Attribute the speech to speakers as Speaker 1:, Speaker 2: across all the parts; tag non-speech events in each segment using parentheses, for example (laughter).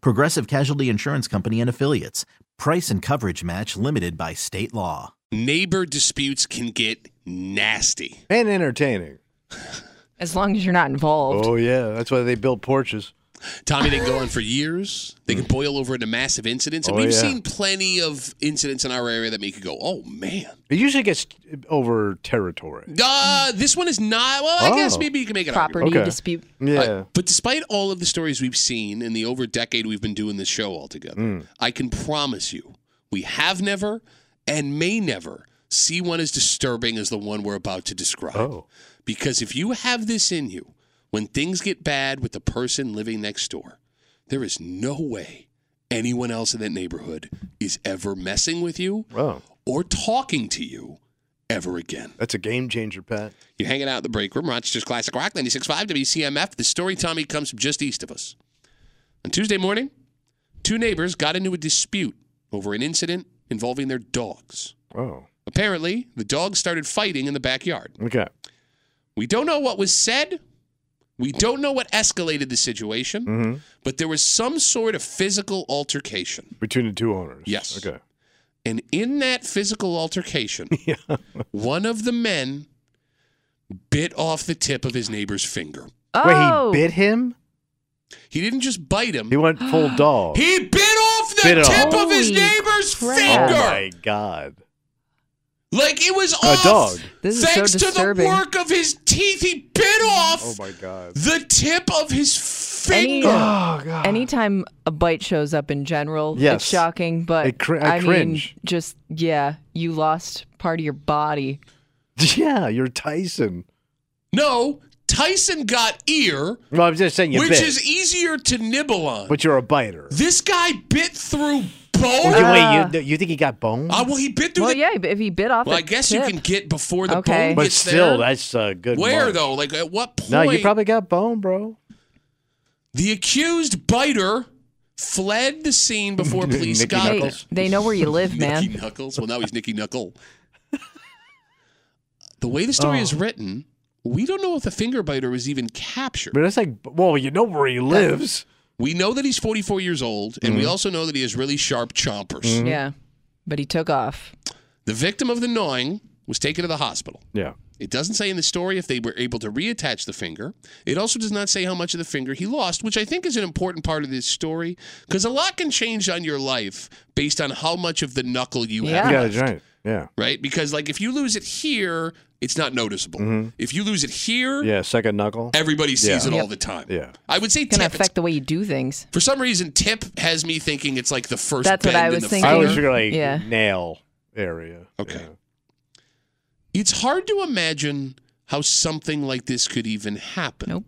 Speaker 1: Progressive Casualty Insurance Company and Affiliates. Price and coverage match limited by state law.
Speaker 2: Neighbor disputes can get nasty.
Speaker 3: and entertaining.
Speaker 4: As long as you're not involved.
Speaker 3: Oh yeah, that's why they built porches.
Speaker 2: Tommy, they can go on for years. They can boil over into massive incidents. And
Speaker 3: Oh,
Speaker 2: we've
Speaker 3: yeah.
Speaker 2: seen plenty of incidents in our area that make you go, oh, man.
Speaker 3: It usually gets over territory.
Speaker 2: Uh, this one is not. Well, I guess
Speaker 3: Oh.
Speaker 2: maybe you can make it
Speaker 4: Property
Speaker 3: Okay.
Speaker 4: dispute.
Speaker 3: Yeah,
Speaker 2: But despite all of the stories we've seen in the over decade we've been doing this show altogether,
Speaker 3: Hmm.
Speaker 2: I can promise you we have never and may never see one as disturbing as the one we're about to describe.
Speaker 3: Oh.
Speaker 2: Because if you have this in you, when things get bad with the person living next door, there is no way anyone else in that neighborhood is ever messing with you
Speaker 3: wow,
Speaker 2: or talking to you ever again.
Speaker 3: that's a game changer, Pat.
Speaker 2: You're hanging out in the break room, Rochester's Classic Rock 96.5 WCMF. The story, Tommy, comes from just east of us. On Tuesday morning, two neighbors got into a dispute over an incident involving their dogs.
Speaker 3: Oh,
Speaker 2: Apparently, the dogs started fighting in the backyard.
Speaker 3: okay.
Speaker 2: We don't know what was said. We don't know what escalated the situation,
Speaker 3: Mhm.
Speaker 2: but there was some sort of physical altercation.
Speaker 3: Between the two owners.
Speaker 2: Yes. (laughs)
Speaker 3: Okay.
Speaker 2: And in that physical
Speaker 3: (laughs)
Speaker 2: altercation,
Speaker 3: Yeah.
Speaker 2: one of the men bit off the tip of his neighbor's finger.
Speaker 4: Oh,
Speaker 3: Wait, he bit him.
Speaker 2: He didn't just bite him.
Speaker 3: He went
Speaker 2: (gasps)
Speaker 3: full dog.
Speaker 2: He bit off the
Speaker 3: Bit off.
Speaker 2: tip of his
Speaker 4: Holy
Speaker 2: neighbor's
Speaker 4: crap.
Speaker 3: oh
Speaker 2: finger.
Speaker 3: my god.
Speaker 2: Like it was
Speaker 3: A
Speaker 2: off.
Speaker 3: dog.
Speaker 4: This is so
Speaker 2: Thanks to the
Speaker 4: disturbing.
Speaker 2: work of his teeth, he bit off
Speaker 3: Oh my god.
Speaker 2: the tip of his
Speaker 4: Any-
Speaker 2: finger.
Speaker 3: Oh god.
Speaker 4: anytime a bite shows up in general,
Speaker 3: Yes.
Speaker 4: it's shocking. But
Speaker 3: It cr- I
Speaker 4: I
Speaker 3: cringe.
Speaker 4: mean, just yeah, you lost part of your body.
Speaker 3: (laughs) yeah, you're Tyson.
Speaker 2: No, Tyson got ear,
Speaker 3: No, I'm just saying you
Speaker 2: which
Speaker 3: bit,
Speaker 2: is e- easier to nibble on.
Speaker 3: but you're a biter.
Speaker 2: this guy bit through bone.
Speaker 3: Well, you-
Speaker 4: Ah.
Speaker 3: wait, you, you think he got bone?
Speaker 2: Ah, well, he bit through
Speaker 4: Well,
Speaker 2: the.
Speaker 4: yeah, but if he bit off,
Speaker 2: Well, I
Speaker 4: the
Speaker 2: guess
Speaker 4: tip,
Speaker 2: you can get before the
Speaker 4: Okay.
Speaker 2: bone
Speaker 3: but
Speaker 2: gets
Speaker 3: still,
Speaker 2: there.
Speaker 3: that's a good.
Speaker 2: Where
Speaker 3: mark.
Speaker 2: though? Like at what point?
Speaker 3: No, you probably got bone, bro.
Speaker 2: The accused biter fled the scene
Speaker 3: (laughs)
Speaker 2: before police
Speaker 3: Nicky
Speaker 2: got there.
Speaker 4: Hey,
Speaker 3: Knuckles.
Speaker 4: they know where you
Speaker 2: (laughs)
Speaker 4: live,
Speaker 2: Nicky
Speaker 4: man.
Speaker 2: Knuckles. Well, now he's Nicky Knuckle. the way the
Speaker 3: Oh.
Speaker 2: story is written, we don't know if the finger biter was even captured.
Speaker 3: But that's like, well, you know where he lives.
Speaker 2: We know that he's 44 years old, and we
Speaker 3: Mm-hmm.
Speaker 2: also know that he has really sharp chompers.
Speaker 4: yeah, but he took off.
Speaker 2: The victim of the gnawing was taken to the hospital.
Speaker 3: Yeah.
Speaker 2: It doesn't say in the story if they were able to reattach the finger. It also does not say how much of the finger he lost, which I think is an important part of this story because a lot can change on your life based on how much of the knuckle you
Speaker 4: Yeah.
Speaker 2: have.
Speaker 3: Yeah, that's right. Yeah.
Speaker 2: right? Because like if you lose it here, it's not noticeable. If you lose it here,
Speaker 3: Mm-hmm. Yeah, second knuckle.
Speaker 2: everybody sees
Speaker 3: Yeah.
Speaker 2: it all
Speaker 4: Yep.
Speaker 2: the time.
Speaker 3: Yeah.
Speaker 2: I would say
Speaker 4: It's gonna
Speaker 2: tip. It's-
Speaker 4: affect the way you do things.
Speaker 2: for some reason, tip has me thinking it's like the first.
Speaker 4: That's what
Speaker 2: bend
Speaker 4: I
Speaker 2: in
Speaker 4: was
Speaker 2: the
Speaker 4: thinking.
Speaker 3: I
Speaker 2: finger.
Speaker 3: always figure like
Speaker 4: Yeah.
Speaker 3: nail area.
Speaker 2: Okay.
Speaker 3: Yeah.
Speaker 2: It's hard to imagine how something like this could even happen.
Speaker 4: Nope.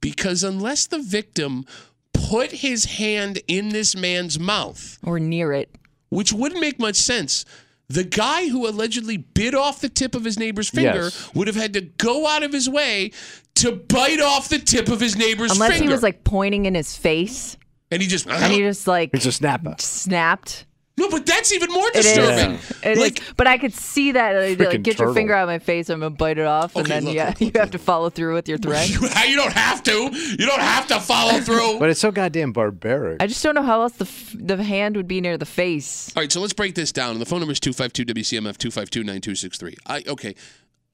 Speaker 2: Because unless the victim put his hand in this man's mouth,
Speaker 4: Or near it.
Speaker 2: which wouldn't make much sense. The guy who allegedly bit off the tip of his neighbor's finger
Speaker 3: Yes.
Speaker 2: would have had to go out of his way to bite off the tip of his neighbor's
Speaker 4: Unless
Speaker 2: finger.
Speaker 4: he was like pointing in his face
Speaker 2: and he just
Speaker 4: and he just like
Speaker 3: It's a snapper.
Speaker 4: snapped.
Speaker 2: no, but that's even more
Speaker 4: It is.
Speaker 2: disturbing.
Speaker 4: It is.
Speaker 2: Like-
Speaker 4: But I could see that. uh, they'd be Like,
Speaker 3: Frickin'
Speaker 4: get
Speaker 3: turtle.
Speaker 4: your finger out of my face. I'm going to bite it off. and
Speaker 2: Okay,
Speaker 4: then
Speaker 2: look,
Speaker 4: yeah,
Speaker 2: look,
Speaker 4: (laughs) you
Speaker 2: look,
Speaker 4: have to follow through with your threat.
Speaker 2: You, (laughs) you don't have to. You don't have to follow through.
Speaker 3: But it's so goddamn barbaric.
Speaker 4: I just don't know how else the, f- the hand would be near the face.
Speaker 2: All right, so let's break this down. And the phone number is 252 WCMF 252 9263. I Okay,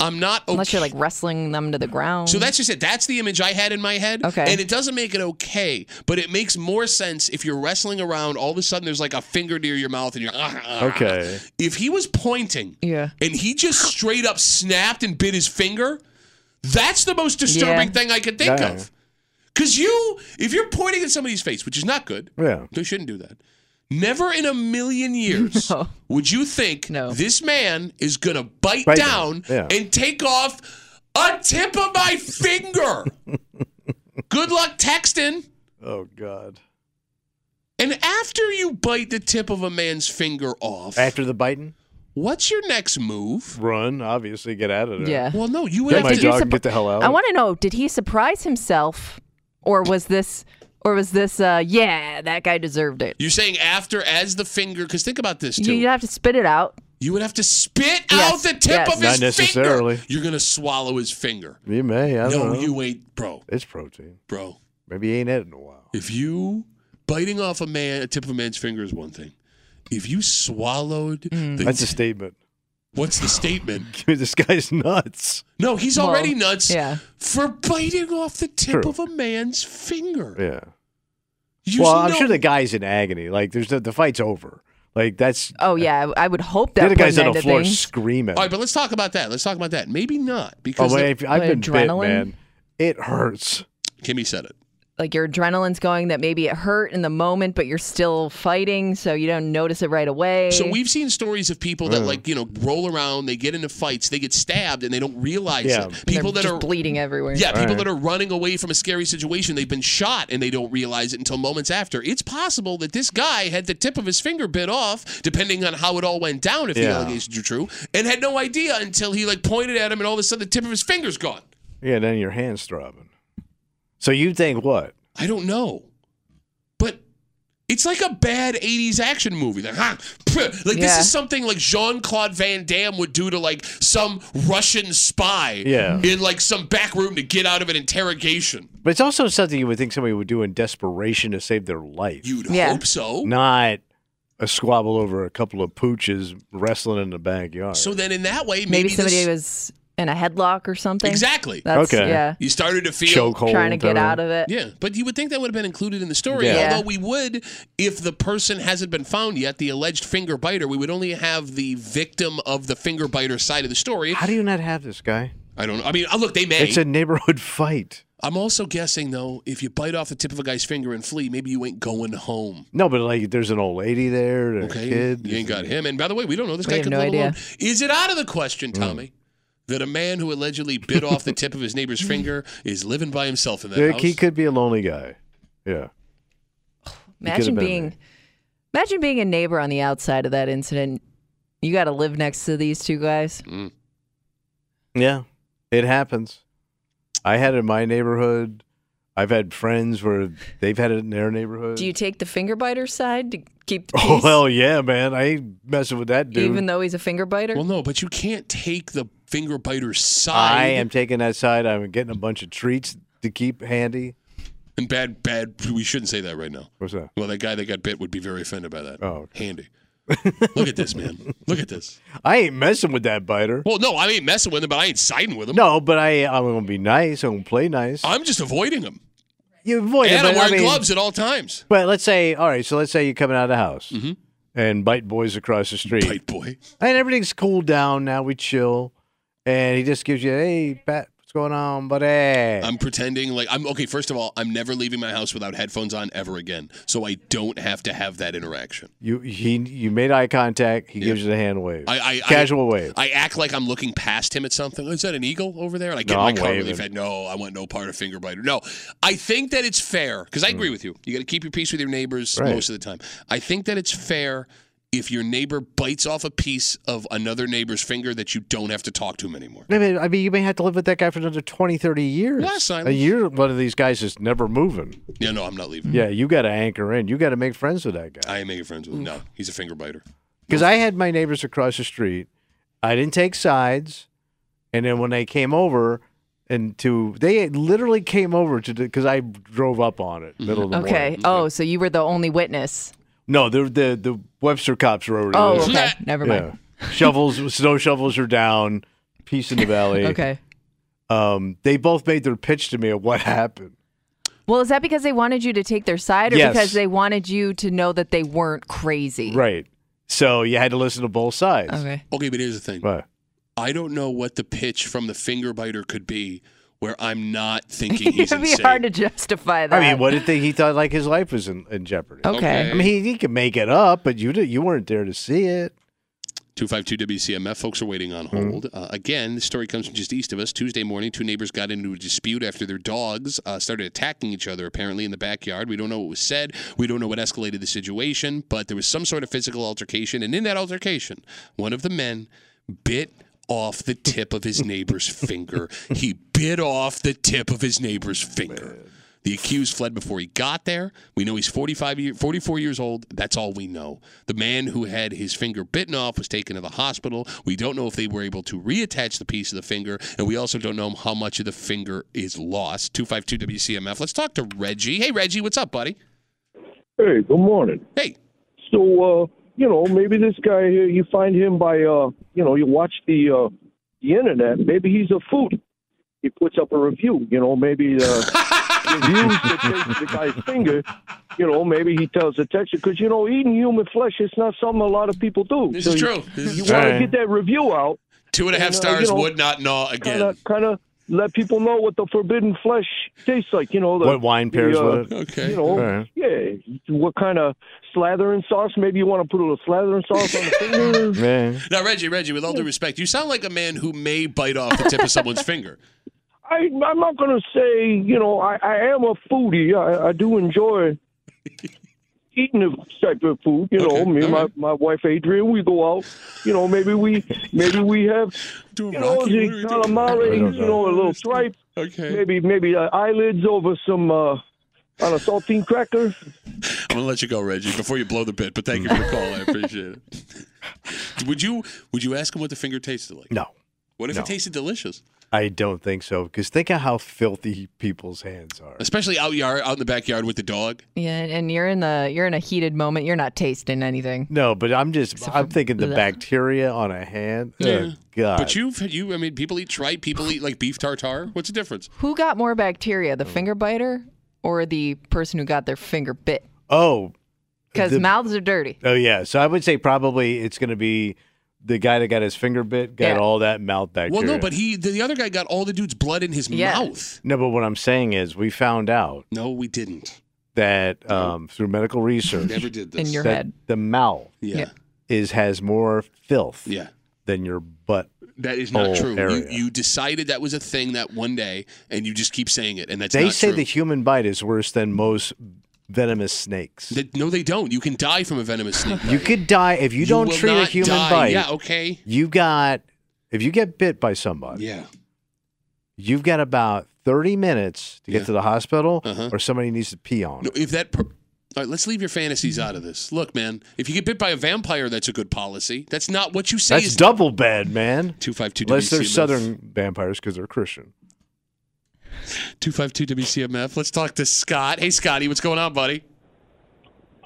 Speaker 2: I'm not okay.
Speaker 4: Unless you're like wrestling them to the ground.
Speaker 2: Oh, So that's just it. That's the image I had in my head.
Speaker 4: Okay.
Speaker 2: And it doesn't make it okay, but it makes more sense if you're wrestling around. All of a sudden, there's like a finger near your mouth, and you're "Ah, ah, ah."
Speaker 3: Okay.
Speaker 2: If he was pointing
Speaker 4: yeah.
Speaker 2: and he just straight up snapped and bit his finger, that's the most disturbing
Speaker 4: Yeah.
Speaker 2: thing I could think
Speaker 3: Yeah.
Speaker 2: of. Because you, if you're pointing at somebody's face, which is not good,
Speaker 3: Yeah.
Speaker 2: they shouldn't do that. Never in a million years
Speaker 4: (laughs) No.
Speaker 2: would you think
Speaker 4: No.
Speaker 2: this man is going to bite,
Speaker 3: Bite
Speaker 2: down
Speaker 3: down, yeah.
Speaker 2: and take off a tip of my
Speaker 3: (laughs)
Speaker 2: finger. Good luck texting.
Speaker 3: Oh God.
Speaker 2: And after you bite the tip of a man's finger off,
Speaker 3: After the biting,
Speaker 2: what's your next move?
Speaker 3: run. Obviously, get out of there.
Speaker 4: Yeah.
Speaker 2: Well, no, you would
Speaker 3: Get
Speaker 2: have
Speaker 3: my
Speaker 2: to.
Speaker 3: dog. Get the hell out.
Speaker 4: I want to know, did he surprise himself or was this or was this uh yeah, that guy deserved it.
Speaker 2: You're saying after as the finger, because think about this too.
Speaker 4: You'd have to spit it out.
Speaker 2: You would have to spit
Speaker 4: Yes,
Speaker 2: out the tip
Speaker 4: yes.
Speaker 2: of his
Speaker 3: Not necessarily.
Speaker 2: finger. You're gonna swallow his finger.
Speaker 3: You may. I don't
Speaker 2: No,
Speaker 3: know.
Speaker 2: you ain't, bro,
Speaker 3: It's protein.
Speaker 2: bro.
Speaker 3: Maybe you ain't had it in a while.
Speaker 2: If you biting off a man, a tip of a man's finger is one thing. If you swallowed, the,
Speaker 3: Mm. That's a statement. (laughs)
Speaker 2: what's the statement?
Speaker 3: Give me this guy's nuts.
Speaker 2: No, he's
Speaker 4: Well,
Speaker 2: already nuts
Speaker 4: yeah.
Speaker 2: for biting off the tip
Speaker 3: True.
Speaker 2: of a man's finger.
Speaker 3: Yeah.
Speaker 2: You
Speaker 3: well,
Speaker 2: know-
Speaker 3: I'm sure the guy's in agony. Like, there's the, the fight's over. Like, that's
Speaker 4: Oh yeah, I I would hope that
Speaker 3: the other guy's
Speaker 4: put an
Speaker 3: on the
Speaker 4: end to
Speaker 3: floor
Speaker 4: things.
Speaker 3: screaming.
Speaker 2: All right, but let's talk about that. Let's talk about that. Maybe not
Speaker 3: oh,
Speaker 2: because
Speaker 3: man,
Speaker 2: the-
Speaker 3: if, I've
Speaker 4: the
Speaker 3: been
Speaker 4: adrenaline?
Speaker 3: bit, man. It hurts.
Speaker 2: Kimmy said it.
Speaker 4: like your adrenaline's going that maybe it hurt in the moment but you're still fighting so you don't notice it right away
Speaker 2: So we've seen stories of people that like you know roll around, they get into fights, they get stabbed, and they don't realize
Speaker 3: Yeah.
Speaker 2: it.
Speaker 4: And they're
Speaker 2: People that
Speaker 4: just
Speaker 2: are
Speaker 4: bleeding everywhere
Speaker 2: yeah, people
Speaker 3: Right.
Speaker 2: that are running away from a scary situation, they've been shot and they don't realize it until moments after. It's possible that this guy had the tip of his finger bit off, depending on how it all went down, if the
Speaker 3: Yeah.
Speaker 2: allegations are true, and had no idea until he like pointed at him, and all of a sudden the tip of his finger's gone.
Speaker 3: Yeah, then your hand's throbbing. So you think what?
Speaker 2: I don't know, but it's like a bad '80s action movie. Like, huh, (laughs) pff, like this
Speaker 4: Yeah.
Speaker 2: is something like Jean Claude Van Damme would do to like some Russian spy,
Speaker 3: Yeah.
Speaker 2: in like some back room to get out of an interrogation.
Speaker 3: But it's also something you would think somebody would do in desperation to save their life.
Speaker 2: You'd
Speaker 4: Yeah.
Speaker 2: hope so.
Speaker 3: Not a squabble over a couple of pooches wrestling in the backyard.
Speaker 2: So then, in that way,
Speaker 4: maybe,
Speaker 2: maybe,
Speaker 4: somebody
Speaker 2: this-
Speaker 4: was in a headlock or something Uh,
Speaker 2: exactly.
Speaker 4: that's
Speaker 3: Okay.
Speaker 4: yeah
Speaker 2: you started to feel
Speaker 3: chokehold.
Speaker 4: trying to get
Speaker 3: everything.
Speaker 4: out of it
Speaker 2: Yeah, but you would think that would have been included in the story.
Speaker 3: Yeah.
Speaker 4: Yeah.
Speaker 2: Although we would, if the person hasn't been found yet, the alleged finger biter, we would only have the victim of the finger biter side of the story.
Speaker 3: How do you not have this guy?
Speaker 2: I don't know. I mean, oh, look, they may.
Speaker 3: It's a neighborhood (laughs) fight.
Speaker 2: I'm also guessing though, if you bite off the tip of a guy's finger and flee, maybe you ain't going home.
Speaker 3: No, but like there's an old lady there, there's
Speaker 2: Okay,
Speaker 3: a kid.
Speaker 2: you ain't got him. And by the way, we don't know this
Speaker 4: We
Speaker 2: guy
Speaker 4: have
Speaker 2: could
Speaker 4: no
Speaker 2: live
Speaker 4: idea.
Speaker 2: alone. Is it out of the question,
Speaker 3: Mm.
Speaker 2: Tommy, that a man who allegedly bit off the tip of his
Speaker 4: (laughs)
Speaker 2: neighbor's finger is living by himself in that
Speaker 3: There-
Speaker 2: house?
Speaker 3: he could be a lonely guy. Yeah. It could've
Speaker 4: imagine
Speaker 3: been
Speaker 4: being
Speaker 3: me.
Speaker 4: imagine being a neighbor on the outside of that incident you got to live next to these two guys
Speaker 3: Yeah. It happens. I had it in my neighborhood. I've had friends where they've had it in their neighborhood.
Speaker 4: do you take the finger biter side to keep the
Speaker 3: (laughs) oh
Speaker 4: peace
Speaker 3: hell yeah, man. I ain't messing with that dude.
Speaker 4: even though he's a finger biter
Speaker 2: Well, no, but you can't take the finger biter's side.
Speaker 3: I am taking that side. I'm getting a bunch of treats to keep handy.
Speaker 2: And bad, bad. We shouldn't say that right now.
Speaker 3: What's that?
Speaker 2: Well, that guy that got bit would be very offended by that.
Speaker 3: Oh,
Speaker 2: handy. Look at this, man. Look at this.
Speaker 3: I ain't messing with that biter.
Speaker 2: Well, no, I ain't messing with him, but I ain't siding with him.
Speaker 3: No, but I I'm gonna be nice. I'm gonna play nice.
Speaker 2: I'm just avoiding him.
Speaker 3: you avoid it,
Speaker 2: and I'm
Speaker 3: but I
Speaker 2: wearing
Speaker 3: mean-
Speaker 2: gloves at all times.
Speaker 3: But let's say, all right, so let's say you're coming out of the house
Speaker 2: Mm-hmm.
Speaker 3: and bite boys across the street.
Speaker 2: Bite boy.
Speaker 3: And everything's cooled down now. We chill. And he just gives you, hey, Pat, what's going on, buddy?
Speaker 2: I'm pretending like I'm okay. First of all, I'm never leaving my house without headphones on ever again, so I don't have to have that interaction.
Speaker 3: you he you made eye contact. He gives you the hand wave.
Speaker 2: I, I
Speaker 3: Casual
Speaker 2: I,
Speaker 3: wave.
Speaker 2: I act like I'm looking past him at something. Is that an eagle over there? And I get
Speaker 3: No,
Speaker 2: my
Speaker 3: I'm
Speaker 2: car really
Speaker 3: waving.
Speaker 2: fat. No, I want no part of finger biter. No, I think that it's fair because I agree with you. You got to keep your peace with your neighbors
Speaker 3: Mm. Right.
Speaker 2: most of the time. I think that it's fair if your neighbor bites off a piece of another neighbor's finger that you don't have to talk to him anymore.
Speaker 3: I mean, I mean, you may have to live with that guy for another 20, 30 years.
Speaker 2: Yes, I- Mm-hmm.
Speaker 3: And you're one of these guys that's never moving.
Speaker 2: Yeah, no, I'm not leaving.
Speaker 3: Yeah, you got to anchor in. You got to make friends with that guy.
Speaker 2: I ain't making friends with him. No, he's a finger biter.
Speaker 3: Because I had my neighbors across the street. I didn't take sides. And then when they came over and to, they literally came over to, because I drove up on it middle of the
Speaker 4: okay
Speaker 3: morning.
Speaker 4: oh so you were the only witness
Speaker 3: No, the, the, the Webster cops were already
Speaker 4: oh
Speaker 3: there.
Speaker 4: okay never mind
Speaker 3: (laughs) Yeah. Shovels, snow shovels are down. Peace in the Valley.
Speaker 4: (laughs) Okay.
Speaker 3: Um, they both made their pitch to me of what happened.
Speaker 4: Well, is that because they wanted you to take their side or
Speaker 3: Yes.
Speaker 4: because they wanted you to know that they weren't crazy?
Speaker 3: Right. So you had to listen to both sides.
Speaker 4: Okay.
Speaker 2: Okay, but here's the thing.
Speaker 3: But
Speaker 2: I don't know what the pitch from the finger biter could be where I'm not
Speaker 4: (laughs)
Speaker 2: thinking he's
Speaker 4: It'd be
Speaker 2: insane.
Speaker 4: hard to justify that.
Speaker 3: I mean, what did they, he thought like his life was in, in jeopardy?
Speaker 4: Okay.
Speaker 3: I mean, he, he could make it up, but you did, you weren't there to see it.
Speaker 2: 252 WCMF. Folks are waiting on hold. Uh, again, the story comes from just east of us. Tuesday morning, two neighbors got into a dispute after their dogs uh, started attacking each other, apparently, in the backyard. We don't know what was said. We don't know what escalated the situation, but there was some sort of physical altercation. And in that altercation, one of the men bit off the tip of his neighbor's finger. He bit off the tip of his neighbor's finger. The accused fled before he got there. We know he's 45 year, 44 years old. That's all we know. The man who had his finger bitten off was taken to the hospital. We don't know if they were able to reattach the piece of the finger, and we also don't know how much of the finger is lost. 252 WCMF. Let's talk to Reggie. Hey, Reggie, what's up, buddy?
Speaker 5: Hey, good morning.
Speaker 2: Hey.
Speaker 5: So, uh, you know, maybe this guy here, you find him by, uh, you know, you watch the uh, the internet. Maybe he's a food. He puts up a review. You know, maybe uh,
Speaker 2: (laughs)
Speaker 5: reviews the, taste of the guy's finger. You know, maybe he tells the texture because you know eating human flesh is not something a lot of people do.
Speaker 2: This
Speaker 5: So
Speaker 2: is
Speaker 5: you-
Speaker 2: true. This is
Speaker 5: You
Speaker 2: true.
Speaker 5: want to
Speaker 3: Right.
Speaker 5: get that review out,
Speaker 2: Two and a half
Speaker 5: And, uh,
Speaker 2: stars
Speaker 5: you know,
Speaker 2: would not gnaw
Speaker 5: kind
Speaker 2: again.
Speaker 5: of, kind of let people know what the forbidden flesh tastes like. You know, the,
Speaker 3: What wine pairs
Speaker 5: the, uh,
Speaker 3: with it?
Speaker 2: Okay.
Speaker 5: you know,
Speaker 3: Right.
Speaker 5: yeah. What kind of slathering sauce? Maybe you want to put a little slathering sauce on the
Speaker 3: (laughs)
Speaker 5: finger.
Speaker 3: Yeah.
Speaker 2: Now, Reggie, Reggie, with all due respect, you sound like a man who may bite off the tip of someone's (laughs) finger.
Speaker 5: I, I'm not going to say, you know, I, I am a foodie. I, I do enjoy eating this type of food. You know,
Speaker 2: Okay,
Speaker 5: me and
Speaker 2: all
Speaker 5: my,
Speaker 2: right.
Speaker 5: my wife Adrian, we go out. You know, maybe we maybe we have,
Speaker 2: (laughs) Do a
Speaker 5: you know,
Speaker 2: Rocky,
Speaker 5: the
Speaker 2: what are we doing?
Speaker 3: I
Speaker 5: calamari,
Speaker 3: don't
Speaker 5: you know, a little tripe,
Speaker 2: Okay.
Speaker 5: maybe maybe uh, eyelids over some uh, on a saltine cracker.
Speaker 2: I'm gonna let you go, Reggie, before you blow the bit. But thank you for the call. I appreciate
Speaker 3: (laughs)
Speaker 2: it. would you Would you ask him what the finger tasted like?
Speaker 3: No,
Speaker 2: What if
Speaker 3: No.
Speaker 2: it tasted delicious?
Speaker 3: I don't think so. Because think of how filthy people's hands are.
Speaker 2: Especially out yard, out in the backyard with the dog.
Speaker 4: Yeah, and- and you're in the you're in a heated moment. You're not tasting anything.
Speaker 3: No, but I'm just
Speaker 4: Except
Speaker 3: I'm
Speaker 4: for
Speaker 3: thinking the
Speaker 4: bleh.
Speaker 3: bacteria on a hand.
Speaker 2: Yeah.
Speaker 3: Oh, God.
Speaker 2: But you, you, I mean, people eat tripe. People eat like beef tartare. What's the difference?
Speaker 4: Who got more bacteria,
Speaker 2: Mm.
Speaker 4: the finger biter or the person who got their finger bit?
Speaker 3: oh,
Speaker 4: Because
Speaker 3: The-
Speaker 4: mouths are dirty.
Speaker 3: oh yeah. So I would say probably it's going to be the guy that got his finger bit got
Speaker 4: Yeah.
Speaker 3: all that mouth bacteria.
Speaker 2: Well, no, but he, the, the other guy, got all the dude's blood in his
Speaker 4: Yeah.
Speaker 2: mouth.
Speaker 3: no. But what I'm saying is, we found out
Speaker 2: No, we didn't.
Speaker 3: that um, through medical research
Speaker 2: Never did this.
Speaker 4: In your
Speaker 3: that
Speaker 4: head.
Speaker 3: the mouth
Speaker 2: yeah. yeah,
Speaker 4: Yeah.
Speaker 3: is has more filth than your butt.
Speaker 2: That is not
Speaker 3: Whole
Speaker 2: true. You,
Speaker 3: area.
Speaker 2: you decided that was a thing that one day, and you just keep saying it, and that's
Speaker 3: they
Speaker 2: not
Speaker 3: say
Speaker 2: true.
Speaker 3: the human bite is worse than most venomous snakes.
Speaker 2: That- no, they don't. You can die from a
Speaker 3: (laughs)
Speaker 2: venomous snake.
Speaker 3: you
Speaker 2: bite.
Speaker 3: could die if you, don't
Speaker 2: will
Speaker 3: treat a
Speaker 2: not
Speaker 3: human
Speaker 2: die.
Speaker 3: bite.
Speaker 2: Yeah, okay.
Speaker 3: You got if you get bit by somebody.
Speaker 2: Yeah.
Speaker 3: you've got about 30 minutes to
Speaker 2: Yeah.
Speaker 3: get to the hospital
Speaker 2: Uh-huh.
Speaker 3: or somebody needs to pee on.
Speaker 2: No, if that. Per- all right, let's leave your fantasies out of this. Look, man, if you get bit by a vampire, that's a good policy. That's not what you say.
Speaker 3: That's
Speaker 2: is
Speaker 3: double bad, man.
Speaker 2: 252
Speaker 3: Unless they're
Speaker 2: WCMF.
Speaker 3: southern vampires because they're Christian.
Speaker 2: 252 WCMF. Let's talk to Scott. Hey, Scotty, what's going on, buddy?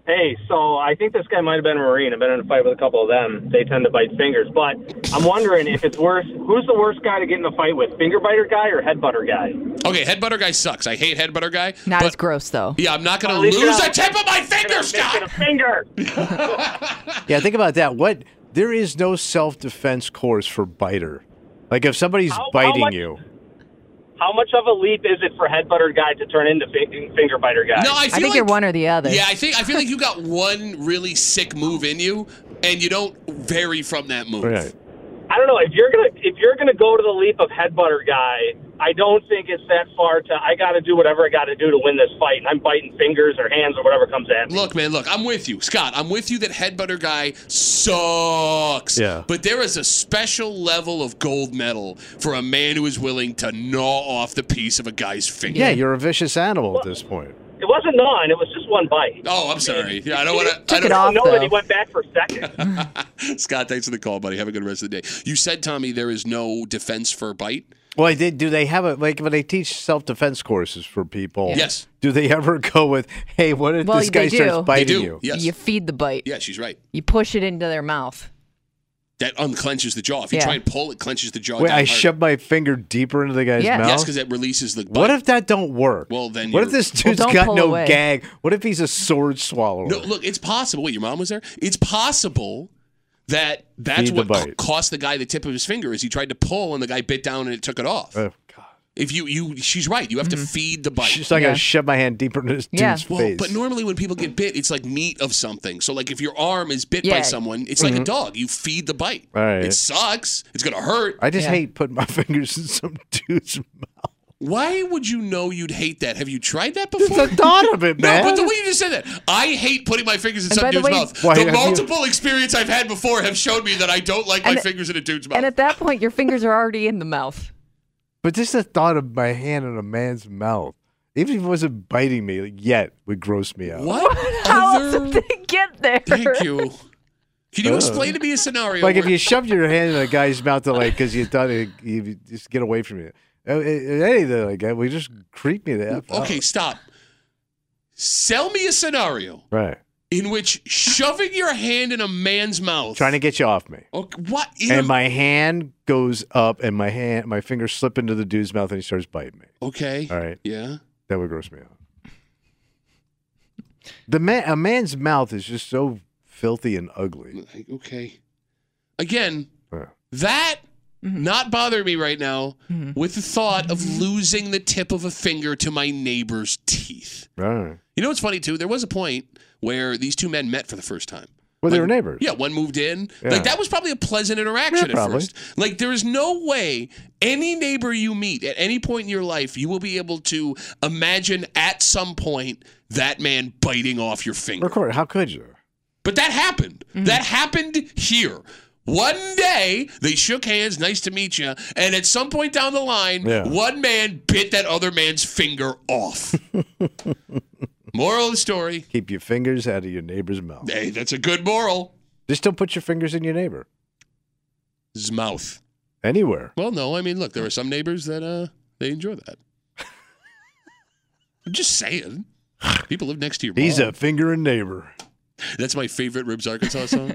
Speaker 6: Hey, so I think this guy might have been a Marine. I've been in a fight with a couple of them. They tend to bite fingers. But I'm wondering if it's worse. Who's the worst guy to get in a fight with? Finger biter guy or head butter guy?
Speaker 2: Okay, headbutter guy sucks. I hate headbutter guy.
Speaker 4: Not
Speaker 2: but-
Speaker 4: as gross though.
Speaker 2: Yeah, I'm not going to
Speaker 6: At least you're
Speaker 2: lose a
Speaker 6: not-
Speaker 2: tip of my finger,
Speaker 6: Missing a
Speaker 2: Scott.
Speaker 6: finger.
Speaker 3: Yeah, think about that. What there is no self defense course for biter. Like if somebody's
Speaker 6: How- how
Speaker 3: biting
Speaker 6: much-
Speaker 3: you.
Speaker 6: How much of a leap is it for head butter guy to turn into fi- finger biter guy?
Speaker 2: No, I, feel
Speaker 4: I think
Speaker 2: like,
Speaker 4: you're one or the other.
Speaker 2: Yeah, I think I feel like you got one really sick move in you, and you don't vary from that move.
Speaker 3: Right.
Speaker 6: I don't know if you're gonna if you're gonna go to the leap of head butter guy. I don't think it's that far to I got to do whatever I got to do to win this fight. And I'm biting fingers or hands or whatever comes at me.
Speaker 2: Look, man, look, I'm with you. Scott, I'm with you that headbutter guy sucks.
Speaker 3: Yeah.
Speaker 2: But there is a special level of gold medal for a man who is willing to gnaw off the piece of a guy's finger.
Speaker 3: Yeah, you're a vicious animal at this point.
Speaker 6: it wasn't none. It was just one bite.
Speaker 2: Oh, I'm sorry. Yeah, I don't want to.
Speaker 4: Took
Speaker 2: I
Speaker 4: it
Speaker 2: don't,
Speaker 4: off
Speaker 6: No,
Speaker 4: though.
Speaker 6: that he went back for
Speaker 2: (laughs)
Speaker 6: seconds.
Speaker 2: Scott, thanks for the call, buddy. Have a good rest of the day. You said, Tommy, there is no defense for a bite.
Speaker 3: Well, I did. Do they have a like when they teach self defense courses for people?
Speaker 2: Yes.
Speaker 3: Do they ever go with, hey, what if
Speaker 4: Well,
Speaker 3: this guy
Speaker 4: they
Speaker 3: starts
Speaker 4: do. They
Speaker 3: biting
Speaker 2: do.
Speaker 3: you?
Speaker 2: Yes.
Speaker 4: You feed the bite.
Speaker 2: Yeah, she's right.
Speaker 4: You push it into their mouth.
Speaker 2: That unclenches the jaw. If you
Speaker 4: Yeah.
Speaker 2: try and pull, it clenches the jaw.
Speaker 3: Wait,
Speaker 2: down
Speaker 3: I
Speaker 2: harder.
Speaker 3: shoved my finger deeper into the guy's
Speaker 4: Yeah.
Speaker 3: mouth.
Speaker 2: Yes, because it releases the.
Speaker 3: what
Speaker 2: bite.
Speaker 3: if that don't work?
Speaker 2: Well, then
Speaker 3: what if
Speaker 2: you're-
Speaker 3: this dude's
Speaker 4: don't
Speaker 3: got
Speaker 4: pull
Speaker 3: no
Speaker 4: away.
Speaker 3: gag? What if he's a sword swallower?
Speaker 2: No, look, it's possible. Wait, your mom was there. It's possible that that's
Speaker 3: Feed the
Speaker 2: what
Speaker 3: bite.
Speaker 2: cost the guy the tip of his finger. Is he tried to pull and the guy bit down and it took it off.
Speaker 3: Oh, God.
Speaker 2: if you you, she's right. You have to feed the bite.
Speaker 3: She's like,
Speaker 4: Yeah.
Speaker 3: I shove my hand deeper into this
Speaker 4: Yeah.
Speaker 3: dude's
Speaker 2: well,
Speaker 3: face.
Speaker 2: but normally when people get bit, it's like meat of something. So like if your arm is bit by
Speaker 4: Yeah.
Speaker 2: someone, it's like a dog. You feed the bite.
Speaker 3: All Mm-hmm. right.
Speaker 2: It sucks. It's gonna hurt.
Speaker 3: I just
Speaker 4: Yeah.
Speaker 3: hate putting my (laughs) fingers in some dude's mouth.
Speaker 2: Why would you know you'd hate that? Have you tried that
Speaker 3: Just
Speaker 2: before?
Speaker 3: the (laughs) thought of it,
Speaker 2: No,
Speaker 3: man.
Speaker 2: but the way you just said that, I hate putting my fingers in
Speaker 4: And
Speaker 2: some
Speaker 4: by the
Speaker 2: dude's
Speaker 4: way-
Speaker 2: mouth.
Speaker 3: Why,
Speaker 2: the
Speaker 3: have you-
Speaker 2: multiple experience I've had before have shown me that I don't like my
Speaker 4: And-
Speaker 2: fingers in a dude's mouth.
Speaker 4: And at that point, your fingers are already in the mouth.
Speaker 3: but just the thought of my hand in a man's mouth, even if he wasn't biting me like, yet, would gross me out.
Speaker 4: (laughs)
Speaker 2: What?
Speaker 4: How
Speaker 2: other-
Speaker 4: else did they get there?
Speaker 2: Thank you. Can you explain to me a scenario?
Speaker 3: Oh. Like if
Speaker 2: where-
Speaker 3: you shoved your hand in a guy's mouth, to like because you thought it, you just get away from it. Uh, uh, Anything like that would just creep me the F
Speaker 2: (laughs)
Speaker 3: out.
Speaker 2: okay, stop. Sell me a scenario
Speaker 3: right?
Speaker 2: in which shoving your hand in a man's mouth.
Speaker 3: Trying to get you off me.
Speaker 2: Okay, what? In a-
Speaker 3: and my hand goes up and my hand my fingers slip into the dude's mouth and he starts biting me
Speaker 2: okay.
Speaker 3: all right
Speaker 2: Yeah.
Speaker 3: that would gross me out the man a man's mouth is just so filthy and ugly
Speaker 2: Like, Okay. Again,
Speaker 3: Yeah.
Speaker 2: that not bothering me right now with the thought of losing the tip of a finger to my neighbor's teeth.
Speaker 3: all right
Speaker 2: You know what's funny too? There was a point where these two men met for the first time.
Speaker 3: well they
Speaker 2: Like-
Speaker 3: were neighbors
Speaker 2: Yeah, one moved in.
Speaker 3: Yeah.
Speaker 2: Like that was probably a pleasant interaction
Speaker 3: Yeah,
Speaker 2: at
Speaker 3: probably.
Speaker 2: first. Like there is no way any neighbor you meet at any point in your life you will be able to imagine at some point that man biting off your finger.
Speaker 3: record how could you
Speaker 2: But that happened.
Speaker 3: Mm-hmm.
Speaker 2: That happened here. One day they shook hands, nice to meet you, and at some point down the line,
Speaker 3: Yeah.
Speaker 2: one man bit that other man's finger
Speaker 3: (laughs)
Speaker 2: off. moral of the story.
Speaker 3: keep your fingers out of your neighbor's mouth
Speaker 2: Hey, that's a good moral.
Speaker 3: just don't put your fingers in your neighbor
Speaker 2: His mouth.
Speaker 3: anywhere
Speaker 2: Well, no, I mean, look, there are some neighbors that uh they enjoy that. I'm just saying. People live next to your mom.
Speaker 3: he's a fingering neighbor
Speaker 2: That's my favorite Ribs Arkansas song.